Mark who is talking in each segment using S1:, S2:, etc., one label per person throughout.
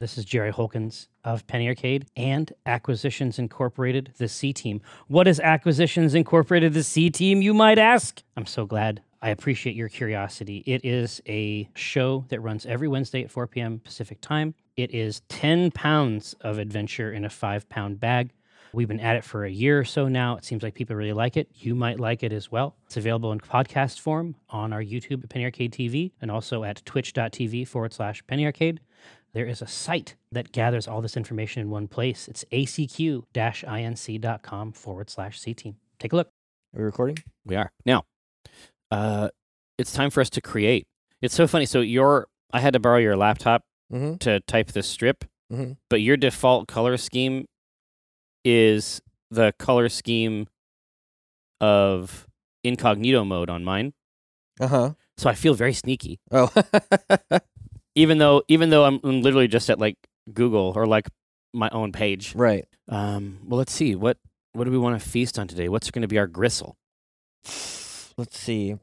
S1: This is Jerry Holkins of Penny Arcade and Acquisitions Incorporated, the C Team. What is Acquisitions Incorporated, the C Team, you might ask? I'm so glad. I appreciate your curiosity. It is a show that runs every Wednesday at 4 p.m. Pacific time. It is 10 pounds of adventure in a five pound bag. We've been at it for a year or so now. It seems like people really like it. You might like it as well. It's available in podcast form on our YouTube at Penny Arcade TV and also at twitch.tv forward slash Penny Arcade. There is a site that gathers all this information in one place. It's acq inc.com forward slash C team. Take a look.
S2: Are we recording?
S3: We are now. Uh, it's time for us to create. It's so funny. So your, I had to borrow your laptop
S2: Mm-hmm.
S3: to type this strip,
S2: Mhm.
S3: but your default color scheme is the color scheme of incognito mode on mine.
S2: Uh huh.
S3: So I feel very sneaky,
S2: Oh.
S3: even though even though I'm, I'm literally just at like Google or like my own page.
S2: right.
S3: Um, well, let's see what what do we want to feast on today? What's going to be our gristle?
S2: Let's see.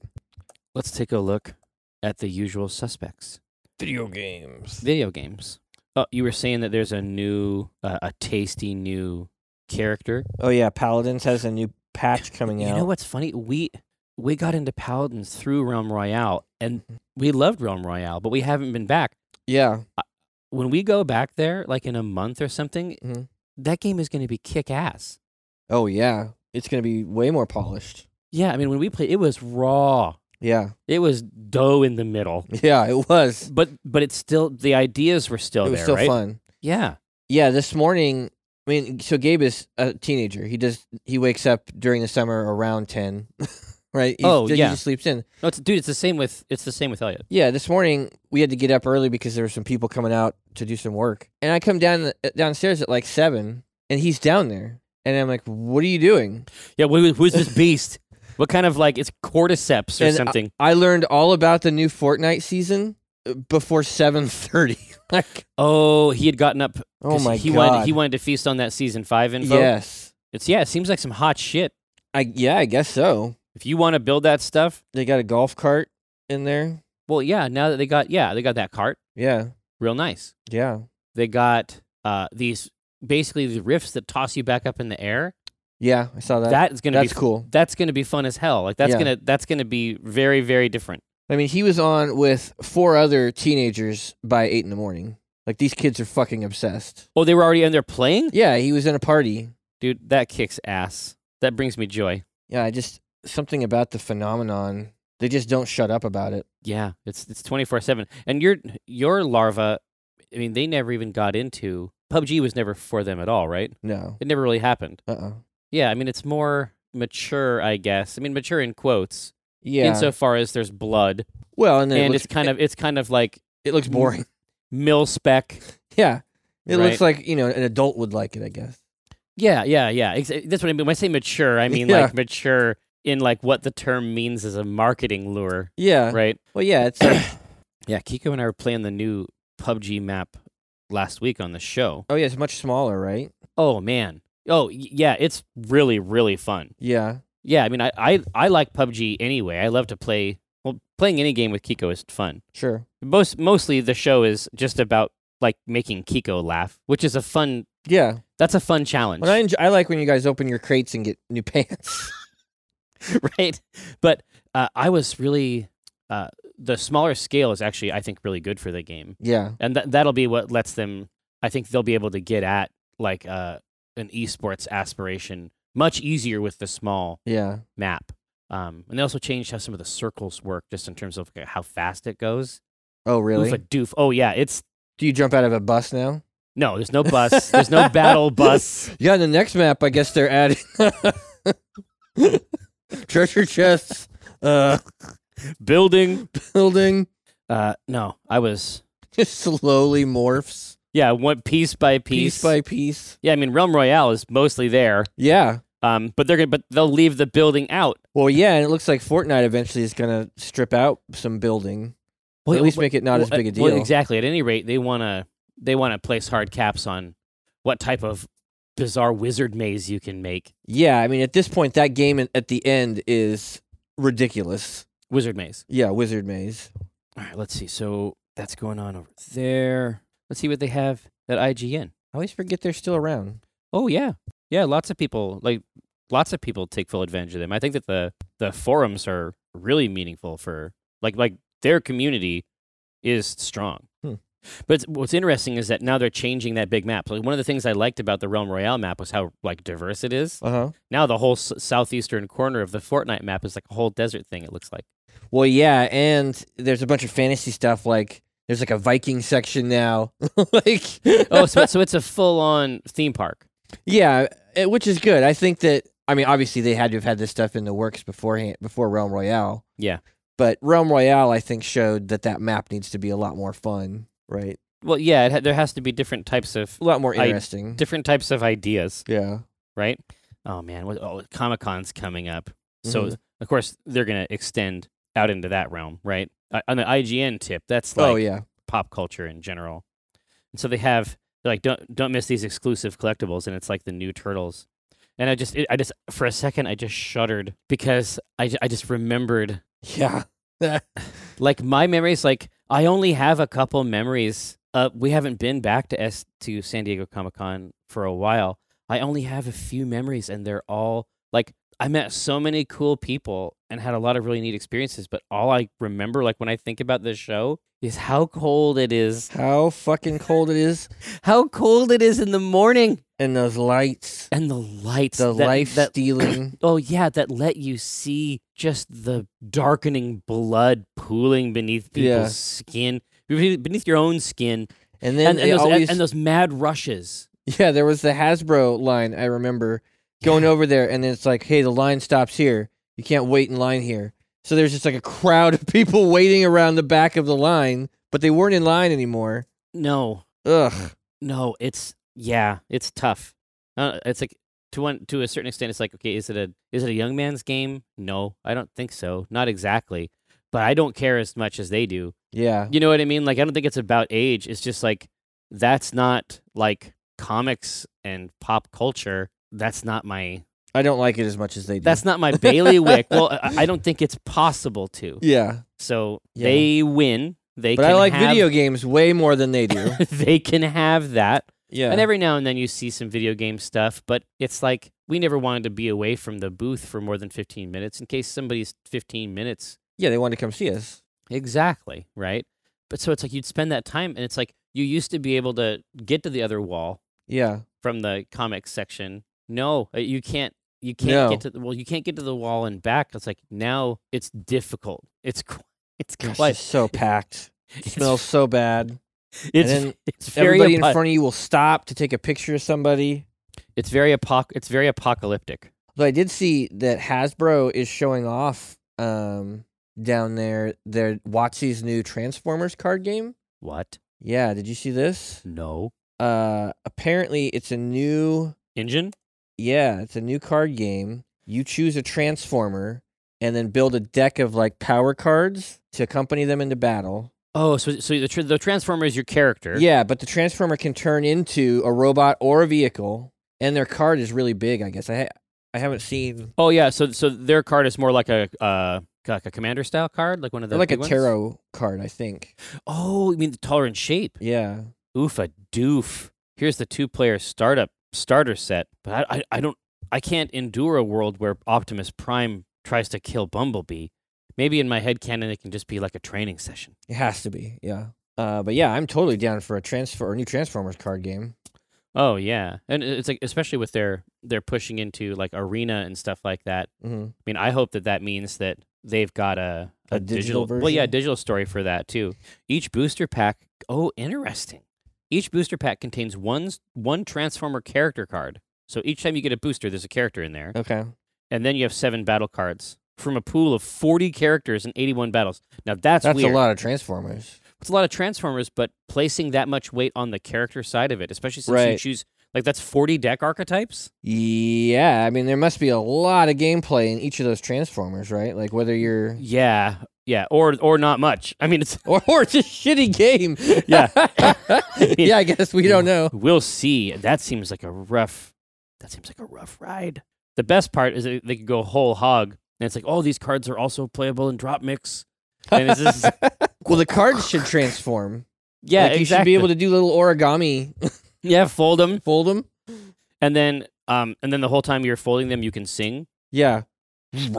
S3: Let's take a look at the usual suspects.
S2: Video games.
S3: Video games. Oh, you were saying that there's a new, uh, a tasty new character.
S2: Oh yeah, Paladins has a new patch coming
S3: You
S2: out.
S3: know what's funny? We we got into Paladins through Realm Royale, and we loved Realm Royale, but we haven't been back.
S2: Yeah.
S3: When we go back there, like in a month or something,
S2: Mhm.
S3: that game is going to be kick ass.
S2: Oh yeah. It's gonna be way more polished.
S3: Yeah, I mean, when we played, it was raw.
S2: Yeah.
S3: It was dough in the middle,
S2: Yeah. It was.
S3: but but it's still the ideas were still
S2: it was
S3: Oh, there,
S2: still
S3: right?
S2: fun.
S3: Yeah,
S2: Yeah. This morning, I mean, so Gabe is a teenager. He does. He wakes up during the summer around ten. right. He's-
S3: Oh,
S2: he
S3: yeah.
S2: just sleeps in.
S3: no, it's, dude, it's the same with it's the same with Elliot.
S2: Yeah, this morning we had to get up early because there were some people coming out to do some work. And I come down uh, downstairs at like seven, and he's down there, and I'm like, "What are you doing?"
S3: Yeah, wh- wh- who's this beast? what kind of like it's cordyceps or
S2: And uh, I-
S3: something?
S2: I learned all about the new Fortnite season uh, before seven thirty. like,
S3: oh, he had gotten up.
S2: oh
S3: 'cause
S2: my
S3: he
S2: god,
S3: Wanted, he wanted to feast on that season five info.
S2: yes,
S3: it's yeah. It seems like some hot shit.
S2: I yeah, I guess so.
S3: If you want to build that stuff,
S2: They got a golf cart in there.
S3: well, yeah. Now that they got yeah, they got that cart,
S2: Yeah,
S3: real nice.
S2: yeah,
S3: They got uh these basically these rifts that toss you back up in the air.
S2: yeah. I saw that.
S3: that is gonna
S2: That's
S3: be
S2: cool.
S3: that's gonna be fun as hell. Like that's
S2: Yeah.
S3: gonna that's gonna be very very different.
S2: I mean, he was on with four other teenagers by eight in the morning. Like these kids are fucking obsessed.
S3: Oh, they were already in there playing,
S2: Yeah, he was in a party.
S3: dude. That kicks ass. That brings me joy.
S2: Yeah, I just something about the phenomenon. They just don't shut up about it.
S3: Yeah, it's it's twenty four seven. And your your larva, I mean, they never even got into PUBG was never for them at all, right?
S2: No.
S3: It never really happened.
S2: Uh uh
S3: Yeah, I mean, it's more mature, I guess. I mean, mature in quotes,
S2: Yeah.
S3: insofar as there's blood,
S2: well, and, then
S3: and
S2: it looks,
S3: it's kind of it's kind of like
S2: it looks boring.
S3: mil spec.
S2: yeah. It looks
S3: Right.
S2: like, you know, an adult would like it, I guess.
S3: Yeah, yeah, yeah. Ex- that's what I mean. When I say mature, I mean
S2: Yeah.
S3: like mature in like what the term means as a marketing lure,
S2: Yeah.
S3: right?
S2: Well, yeah, it's like,
S3: Yeah, Kiko and I were playing the new PUBG map last week on the show.
S2: oh yeah, it's much smaller, right?
S3: Oh man. Oh y- yeah, it's really really fun.
S2: Yeah.
S3: Yeah, I mean I I, I like PUBG anyway. I love to play. Well, playing any game with Kiko is fun.
S2: Sure.
S3: Most mostly the show is just about like making Kiko laugh, which is a fun.
S2: Yeah.
S3: That's a fun challenge,
S2: But I enjoy, I like when you guys open your crates and get new pants.
S3: right? But uh, I was really uh, the smaller scale is actually I think really good for the game,
S2: yeah.
S3: and that that'll be what lets them. I think they'll be able to get at like uh, an esports aspiration much easier with the small
S2: Yeah.
S3: map. Um, and they also changed how some of the circles work, just in terms of like, how fast it goes.
S2: Oh
S3: Oof
S2: really?
S3: a doof. Oh yeah, it's
S2: Do you jump out of a bus now?
S3: no. There's no bus. there's no battle bus.
S2: Yeah, in the next map, I guess they're adding treasure chests, uh,
S3: Building.
S2: building,
S3: Uh, no, I was.
S2: just slowly morphs.
S3: Yeah, one piece by piece.
S2: piece by piece.
S3: yeah, I mean Realm Royale is mostly there.
S2: Yeah.
S3: Um, but they're gonna but they'll leave the building out.
S2: Well, yeah, and it looks like Fortnite eventually is going to strip out some building. Well, at least make it not as
S3: Well, uh,
S2: big a deal.
S3: well, exactly. At any rate, they wanna they wanna place hard caps on what type of bizarre wizard maze you can make.
S2: Yeah, I mean, at this point, that game in- at the end is ridiculous.
S3: Wizard maze.
S2: Yeah, Wizard Maze.
S3: All right, let's see. So that's going on over there. Let's see what they have at IGN.
S2: I always forget they're still around.
S3: Oh yeah, yeah. Lots of people like lots of people take full advantage of them. I think that the the forums are really meaningful for like like their community is strong.
S2: Hmm.
S3: But it's- what's interesting is that now they're changing that big map. Like one of the things I liked about the Realm Royale map was how like diverse it is.
S2: Uh huh.
S3: Now the whole s- southeastern corner of the Fortnite map is like a whole desert thing. It looks like.
S2: Well, yeah, and there's a bunch of fantasy stuff like there's like a Viking section now. like
S3: Oh, so, so it's a full on theme park.
S2: yeah, eh, which is good. I think that I mean obviously they had to have had this stuff in the works beforehand before Realm Royale.
S3: Yeah.
S2: But Realm Royale I think showed that that map needs to be a lot more fun, right?
S3: Well, yeah, it ha- there has to be different types of
S2: A lot more
S3: I-
S2: interesting.
S3: different types of ideas.
S2: yeah.
S3: right? Oh man, what, oh Comic Con's coming up, so
S2: Mhm.
S3: of course they're gonna extend out into that realm, right? Uh, on the IGN tip, that's like
S2: oh yeah.
S3: pop culture in general, and so they have they're like don't don't miss these exclusive collectibles, and it's like the new turtles, and I just it, I just for a second I just shuddered because I ju- I just remembered
S2: Yeah.
S3: like my memories like I only have a couple memories. Uh, we haven't been back to S to San Diego Comic Con for a while. I only have a few memories, and they're all like I met so many cool people and had a lot of really neat experiences. But all I remember, like when I think about this show, is how cold it is.
S2: How fucking cold it is
S3: How cold it is in the morning,
S2: and those lights.
S3: and the lights.
S2: The
S3: that-
S2: life
S3: that
S2: stealing.
S3: Oh yeah, that let you see just the darkening blood pooling beneath people's
S2: Yeah.
S3: skin, beneath beneath your own skin,
S2: And then
S3: and, and
S2: they
S3: those, and-
S2: always
S3: and those mad rushes.
S2: Yeah, there was the Hasbro line. I remember going over there, and then it's like, hey, the line stops here. You can't wait in line here. So there's just like a crowd of people waiting around the back of the line, but they weren't in line anymore.
S3: No,
S2: Ugh.
S3: no, it's yeah, it's tough. Uh, it's like to one to a certain extent, it's like okay, is it a is it a young man's game? No, I don't think so. Not exactly, but I don't care as much as they do.
S2: Yeah.
S3: You know what I mean? Like I don't think it's about age. It's just like that's not like comics and pop culture. That's not my
S2: I don't like it as much as they do.
S3: that's not my bailiwick. well, I, I don't think it's possible to.
S2: yeah.
S3: So
S2: Yeah.
S3: they win. They
S2: But
S3: can
S2: I like
S3: have,
S2: video games way more than they do.
S3: they can have that.
S2: yeah.
S3: And every now and then you see some video game stuff, but it's like we never wanted to be away from the booth for more than 15 minutes in case somebody's 15 minutes.
S2: yeah, they want to come see us.
S3: Exactly, right? But so it's like you'd spend that time and it's like you used to be able to get to the other wall
S2: Yeah.
S3: from the comics section. No, uh, you can't you can't
S2: No.
S3: get to the, well you can't get to the wall and back. It's like now it's difficult. It's qu- it's
S2: It's
S3: quite
S2: just so packed.
S3: it's,
S2: smells so bad.
S3: it's,
S2: and then
S3: it's very
S2: Everybody in
S3: apo-
S2: front of you will stop to take a picture of somebody.
S3: it's very apoc- it's very apocalyptic.
S2: Though I did see that Hasbro is showing off um, down there their Watsy's new Transformers card game.
S3: What?
S2: Yeah, did you see this?
S3: No.
S2: Uh, apparently, it's a new
S3: Engine?
S2: yeah, it's a new card game. You choose a Transformer and then build a deck of like power cards to accompany them into battle.
S3: Oh, so so the, tr- the transformer is your character.
S2: Yeah, but the Transformer can turn into a robot or a vehicle, and their card is really big. I guess I ha- I haven't seen
S3: Oh yeah. So so their card is more like a uh like a commander style card, like one of the
S2: they're like a
S3: big ones?
S2: tarot card. I think.
S3: Oh, you mean taller in shape?
S2: Yeah.
S3: Oof a doof. Here's the two player startup starter set, but I, I I don't I can't endure a world where Optimus Prime tries to kill Bumblebee. Maybe in my head canon it can just be like a training session.
S2: It has to be, yeah. Uh, but yeah, I'm totally down for a transfer or new Transformers card game.
S3: Oh yeah, and it's like especially with their they're pushing into like arena and stuff like that.
S2: Mm-hmm.
S3: I mean, I hope that that means that they've got a,
S2: A digital
S3: Well, yeah,
S2: version?
S3: digital story for that too. Each booster pack. Oh, interesting. Each booster pack contains one s- one Transformer character card. So each time you get a booster, there's a character in there,
S2: Okay.
S3: and then you have seven battle cards from a pool of 40 characters and 81 battles. Now that's,
S2: That's
S3: weird.
S2: a lot of Transformers.
S3: It's a lot of Transformers, but placing that much weight on the character side of it, especially since you
S2: Right.
S3: choose like that's 40 deck archetypes.
S2: Yeah, I mean, there must be a lot of gameplay in each of those Transformers, right? Like whether you're.
S3: Yeah, yeah, or or not much. I mean, it's
S2: Or, or it's a shitty game.
S3: Yeah.
S2: yeah, I guess we don't know.
S3: We'll see. That seems like a rough. That seems like a rough ride. The best part is that they could go whole hog, and it's like, oh, these cards are also playable in drop mix. And it's just,
S2: well, the cards should transform.
S3: Yeah,
S2: Like,
S3: exactly.
S2: You should be able to do little origami,
S3: yeah fold them,
S2: fold them.
S3: and then um, and then the whole time you're folding them, you can sing.
S2: Yeah,
S3: Yeah,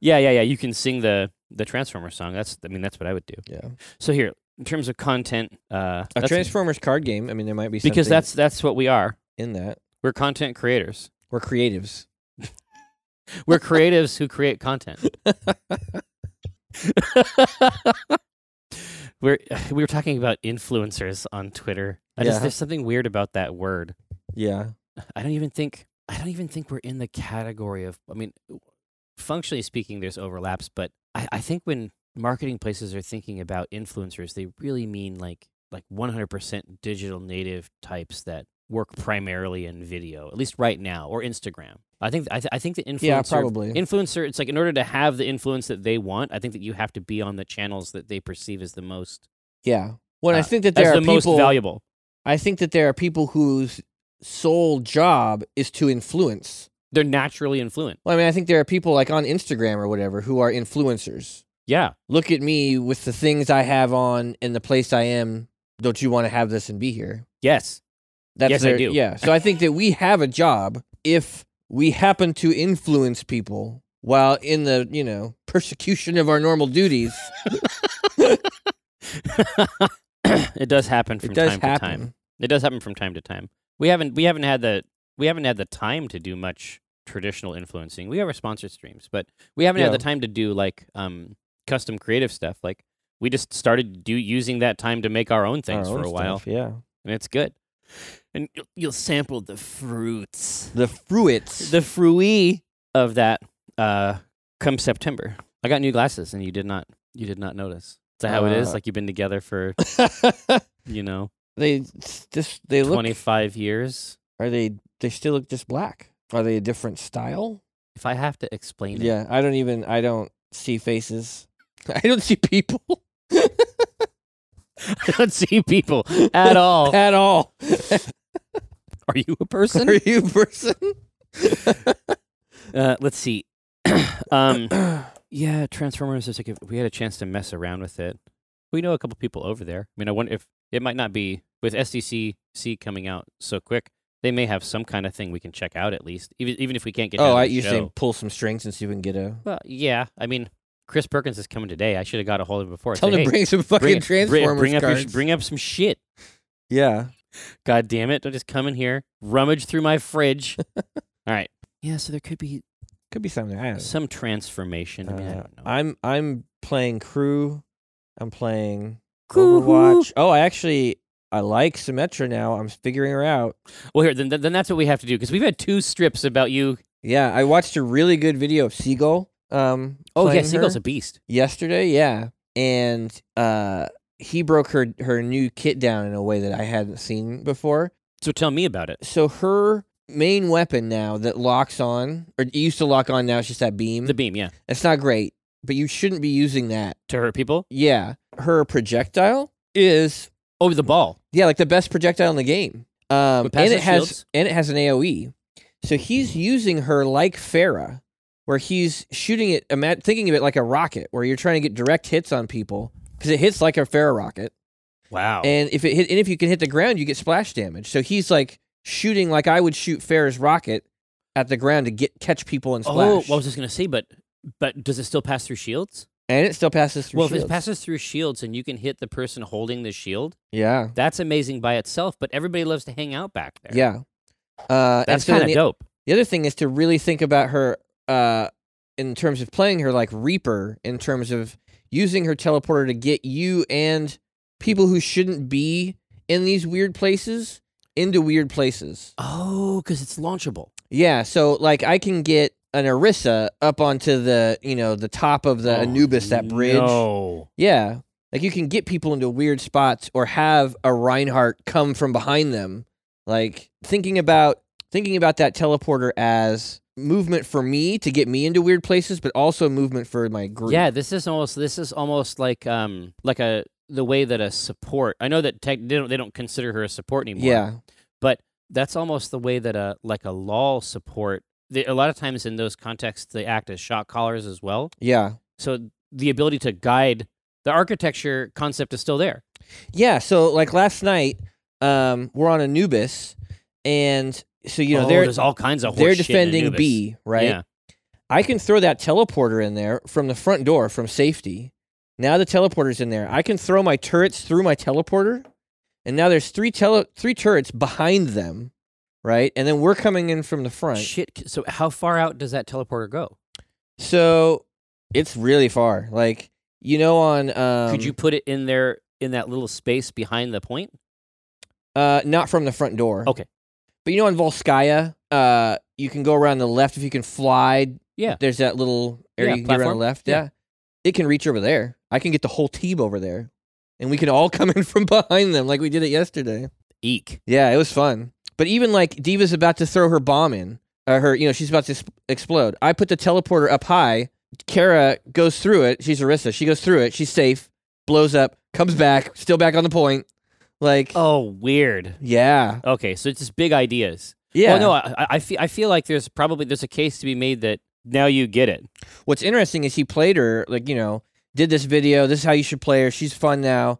S3: yeah, yeah. You can sing the the Transformer song. That's I mean that's what I would do.
S2: yeah.
S3: So here, in terms of content, uh,
S2: A
S3: that's-
S2: Transformers card game. I mean, there might be
S3: because
S2: something
S3: that's that's what we are.
S2: in that.
S3: We're content creators.
S2: We're creatives.
S3: We're creatives who create content. we're we were talking about influencers on Twitter. I
S2: Yeah.
S3: just, there's something weird about that word.
S2: Yeah,
S3: I don't even think I don't even think we're in the category of. I mean, functionally speaking, there's overlaps, but I, I think when marketing places are thinking about influencers, they really mean like like 100% digital native types that work primarily in video, at least right now, or Instagram. I think I, th- I think the influencer
S2: yeah, probably.
S3: influencer it's like in order to have the influence that they want i think that you have to be on the channels that they perceive as the most
S2: yeah. When I
S3: uh,
S2: think that
S3: as
S2: there
S3: the
S2: are
S3: most
S2: people,
S3: valuable
S2: I think that there are people whose sole job is to influence.
S3: they're naturally influent
S2: Well, I mean, I think there are people like on Instagram or whatever who are influencers.
S3: yeah
S2: Look at me with the things I have on and the place I am. Don't you want to have this and be here?
S3: yes
S2: That's
S3: Yes, I
S2: their,
S3: do.
S2: Yeah. So I think that we have a job if we happen to influence people while in the, you know, persecution of our normal duties.
S3: it does happen from
S2: it does
S3: time
S2: happen.
S3: to time it does happen from time to time we haven't we haven't had the we haven't had the time to do much traditional influencing we have our sponsored streams but we haven't had
S2: Yeah.
S3: the time to do like um custom creative stuff like we just started do using that time to make our own things
S2: Our
S3: for
S2: own
S3: a while
S2: stuff, yeah.
S3: and it's good and you'll, you'll sample the fruits
S2: The fruits.
S3: the fruit of that uh come September. I got new glasses and you did not you did not notice. Is that how it is?
S2: Uh.
S3: Like you've been together for, you know,
S2: they just they look
S3: twenty five years.
S2: are they they still look just black. Are they a different style?
S3: If I have to explain it.
S2: Yeah, I don't even I don't see faces. I don't see people
S3: Oh. I don't see people at all.
S2: at all.
S3: Are you a
S2: Are
S3: person?
S2: you a person?
S3: Uh, let's see. um yeah, Transformers is like if we had a chance to mess around with it. We know a couple people over there. I mean, I wonder if it might not be with SDCC coming out so quick. They may have some kind of thing we can check out at least, even even if we can't get. down
S2: oh,
S3: to
S2: I
S3: the
S2: you
S3: show.
S2: saying pull some strings and see if we can get a
S3: Well, yeah. I mean, Chris Perkins is coming today. I should have got a hold of him before.
S2: Tell
S3: Say,
S2: them
S3: "Hey,
S2: to bring some fucking
S3: bring, it- bring-
S2: Transformers
S3: bring up your sh-
S2: cards.
S3: bring up some shit.
S2: yeah.
S3: God damn it! Don't just come in here, rummage through my fridge. All right. Yeah. So there could be
S2: Could be something. I don't
S3: some transformation. I mean, I
S2: Uh,
S3: don't know.
S2: I'm I'm playing crew. I'm playing
S3: Crew.
S2: Overwatch. Oh, I actually I like Symmetra now. I'm figuring her out.
S3: well, here then. Then that's what we have to do because we've had two strips about you.
S2: Yeah, I watched a really good video of Seagull. Um,
S3: Oh yeah,
S2: playing
S3: Seagull's
S2: her
S3: a beast.
S2: yesterday. Yeah, and uh, he broke her her new kit down in a way that I hadn't seen before.
S3: So tell me about it.
S2: So her main weapon now that locks on, or it used to lock on. Now it's just that beam.
S3: The beam, yeah,
S2: It's not great, but you shouldn't be using that.
S3: to hurt people.
S2: Yeah, her projectile is
S3: Oh, the ball.
S2: yeah like the best projectile in the game. Um,
S3: With
S2: and
S3: passive
S2: it has
S3: shields?
S2: and it has an AOE, so he's using her like Farah, where he's shooting it. Ima- thinking of it like a rocket, where you're trying to get direct hits on people because it hits like a Farah rocket.
S3: Wow.
S2: And if it hit, and if you can hit the ground, you get splash damage. So he's like shooting like I would shoot Farah's rocket at the ground to get catch people and
S3: oh,
S2: splash.
S3: what was I just gonna say? But but does it still pass through shields?
S2: and it still passes through.
S3: well, if
S2: shields.
S3: it passes through shields and you can hit the person holding the shield,
S2: yeah,
S3: that's amazing by itself. But everybody loves to hang out back there.
S2: yeah. Uh, and
S3: that's
S2: so then
S3: kind of
S2: the-
S3: dope.
S2: The other thing is to really think about her uh, in terms of playing her like Reaper, in terms of using her teleporter to get you and people who shouldn't be in these weird places into weird places.
S3: Oh, because it's launchable.
S2: Yeah, so like I can get an Orisa up onto the you know the top of the
S3: Oh,
S2: Anubis that bridge.
S3: No.
S2: Yeah, like you can get people into weird spots or have a Reinhardt come from behind them. Like thinking about thinking about that teleporter as movement for me to get me into weird places, but also movement for my group.
S3: Yeah, this is almost this is almost like um like a the way that a support. I know that tech, they don't they don't consider her a support anymore.
S2: yeah,
S3: that's almost the way that a like a lol support. They, a lot of times in those contexts, they act as shot callers as well.
S2: yeah,
S3: So the ability to guide the architecture concept is still there.
S2: Yeah, so like last night, um, we're on Anubis, and so you know
S3: Oh,
S2: they're
S3: there's all kinds of
S2: they're
S3: horse shit in
S2: defending
S3: Anubis.
S2: B, right?
S3: Yeah.
S2: I can throw that teleporter in there from the front door from safety. Now the teleporter's in there. I can throw my turrets through my teleporter, and now there's three tele- three turrets behind them, right? And then we're coming in from the front.
S3: Shit. So how far out does that teleporter go?
S2: So it's really far. Like you know, on um,
S3: Could you put it in there in that little space behind the point?
S2: Uh, not from the front door.
S3: Okay.
S2: But you know, in Volskaya, uh, you can go around the left if you can fly.
S3: Yeah.
S2: There's that little area
S3: Yeah,
S2: you can get around the
S3: platform.
S2: left.
S3: Yeah.
S2: Yeah. It can reach over there. I can get the whole team over there, and we can all come in from behind them like we did it yesterday.
S3: Eek.
S2: Yeah, it was fun. But even like Diva's about to throw her bomb in, uh, her you know she's about to sp- explode. I put the teleporter up high. Kara goes through it. She's Arissa. She goes through it. She's safe. Blows up. Comes back. Still back on the point. Like.
S3: Oh, weird.
S2: Yeah.
S3: Okay, so it's just big ideas.
S2: Yeah.
S3: Well, no, I, I- I feel I feel like there's probably there's a case to be made that now you get it.
S2: What's interesting is he played her like you know did this video. This is how you should play her. She's fun now.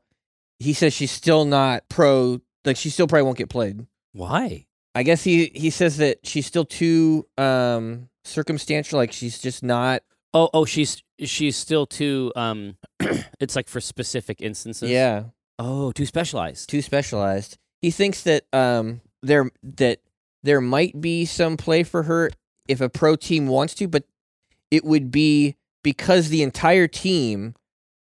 S2: He says she's still not pro. Like she still probably won't get played.
S3: Why?
S2: I guess he he says that she's still too um circumstantial. Like she's just not.
S3: Oh, oh, she's she's still too. Um, it's like for specific instances.
S2: yeah,
S3: Oh, too specialized.
S2: too specialized. He thinks that um there that there might be some play for her if a pro team wants to, but it would be because the entire team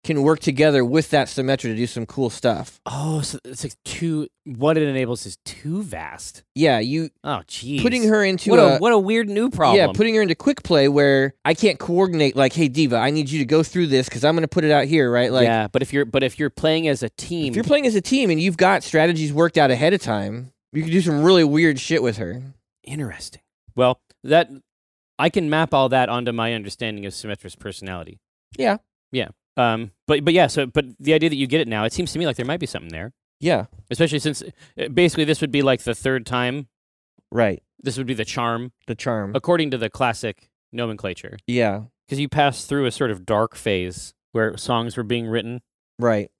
S2: can work together with that Symmetra to do some cool stuff.
S3: oh, so it's like too. What it enables is too vast.
S2: Yeah, you
S3: Oh, geez.
S2: putting her into
S3: What
S2: a,
S3: a, what a weird new problem.
S2: yeah, putting her into quick play where I can't coordinate. Like, hey, Diva, I need you to go through this because I'm going to put it out here, right? Like,
S3: yeah, but if you're but if you're playing as a team,
S2: if you're playing as a team and you've got strategies worked out ahead of time, you can do some really weird shit with her.
S3: interesting. Well, that I can map all that onto my understanding of Symmetra's personality.
S2: Yeah.
S3: Yeah. Um. But but yeah. So but the idea that you get it now, it seems to me like there might be something there,
S2: Yeah,
S3: especially since uh, basically this would be like the third time.
S2: right.
S3: This would be the charm
S2: The charm.
S3: according to the classic nomenclature,
S2: Yeah,
S3: because you pass through a sort of dark phase where songs were being written.
S2: right.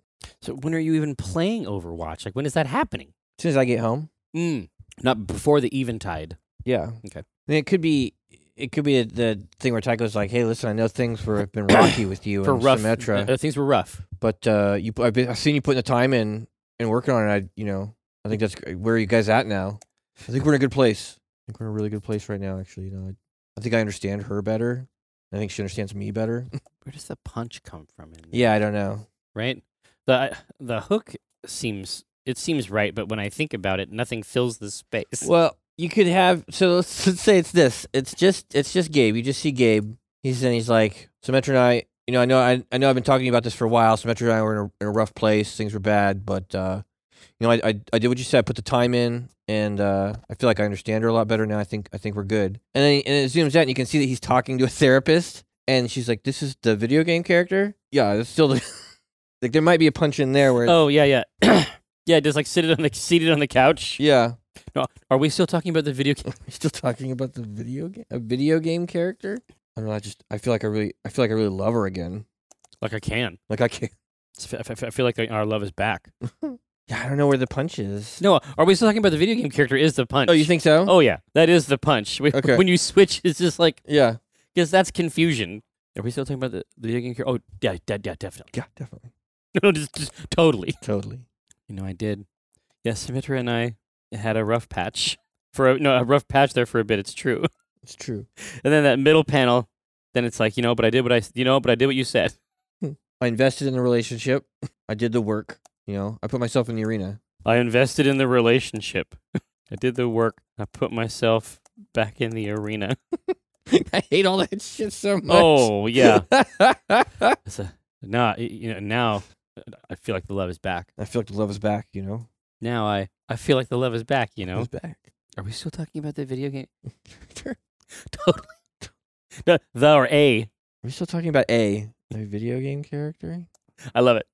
S3: So when are you even playing Overwatch? Like when is that happening?
S2: As soon as I get home.
S3: Mm. Not before the eventide.
S2: Yeah.
S3: Okay.
S2: And it could be. It could be the thing where Tycho's like, "Hey, listen, I know things were have been rocky with you
S3: for
S2: and
S3: rough
S2: Symmetra,
S3: uh, things were rough.
S2: but uh, you, I've, been, I've seen you putting the time in and working on it. I, you know, I think that's great. where are you guys at now. I think we're in a good place. I think we're in a really good place right now. Actually, you know, I, I think I understand her better. I think she understands me better.
S3: Where does the punch come from? In
S2: yeah, I don't know.
S3: right. The the hook seems it seems right, but when I think about it, nothing fills the space.
S2: Well, you could have. So let's, let's say it's this. It's just it's just Gabe. You just see Gabe. He's and he's like Symmetra and I. You know, I know I, I know I've been talking to you about this for a while. Symmetra and I were in a, in a rough place. Things were bad, but uh, you know, I, I I did what you said. I put the time in, and uh, I feel like I understand her a lot better now. I think I think we're good. And then and it zooms out, and you can see that he's talking to a therapist, and she's like, "This is the video game character." Yeah, it's still the. Like there might be a punch in there where
S3: oh yeah, yeah, yeah. Just like seated on the seated on the couch.
S2: yeah,
S3: No, are we still talking about the video? Game?
S2: You're still talking about the video game, a video game character. I don't know. I just I feel like I really I feel like I really love her again.
S3: Like I can.
S2: Like I can't.
S3: It's- I f- I feel like our love is back.
S2: Yeah, I don't know where the punch is.
S3: No, are we still talking about the video game character? Is the punch?
S2: Oh, you think so?
S3: Oh yeah, that is the punch. Wh-
S2: Okay.
S3: When you switch, it's just like
S2: Yeah.
S3: because that's confusion. Are we still talking about the, the video game character? Oh yeah, yeah, yeah, definitely.
S2: Yeah, definitely.
S3: No, just, just totally.
S2: Totally.
S3: You know, I did. Yes, Symmetra and I had a rough patch for a, no, a rough patch there for a bit. It's true.
S2: It's true.
S3: And then that middle panel, then it's like you know, but I did what I s- you know, but I did what you said.
S2: I invested in the relationship. I did the work. You know, I put myself in the arena.
S3: I invested in the relationship. I did the work. I put myself back in the arena.
S2: I hate all that shit so much.
S3: Oh yeah.
S2: I
S3: It's a, now you know now I feel like the love is back.
S2: feel like the love is back. You know.
S3: Now I I feel like the love is back. You know.
S2: It's back.
S3: Are we still talking about the video game? totally. The, the or a.
S2: Are we still talking about a a video game character?
S3: I love it.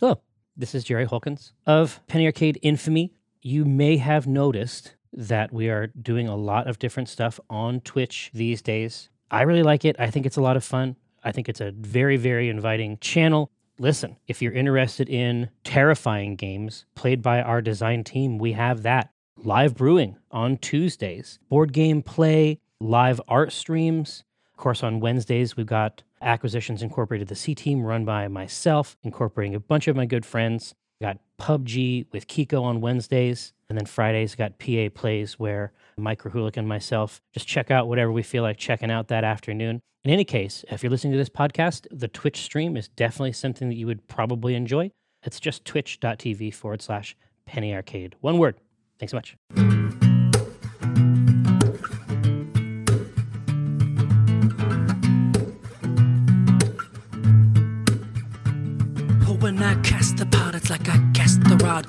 S1: Hello, this is Jerry Holkins of Penny Arcade Infamy. You may have noticed that we are doing a lot of different stuff on Twitch these days. I really like it. I think it's a lot of fun. I think it's a very, very inviting channel. listen, if you're interested in terrifying games played by our design team, we have that. Live brewing on Tuesdays, board game play, live art streams. Of course, on Wednesdays, we've got Acquisitions Incorporated, the C team run by myself, incorporating a bunch of my good friends. We got PUBG with Kiko on Wednesdays. And then Fridays, we got PA Plays, where Mike Rahulik and myself just check out whatever we feel like checking out that afternoon. In any case, if you're listening to this podcast, the Twitch stream is definitely something that you would probably enjoy. It's just twitch.tv forward slash penny arcade. One word. Thanks so much.
S4: But when I cast the pot, it's like I cast the rod,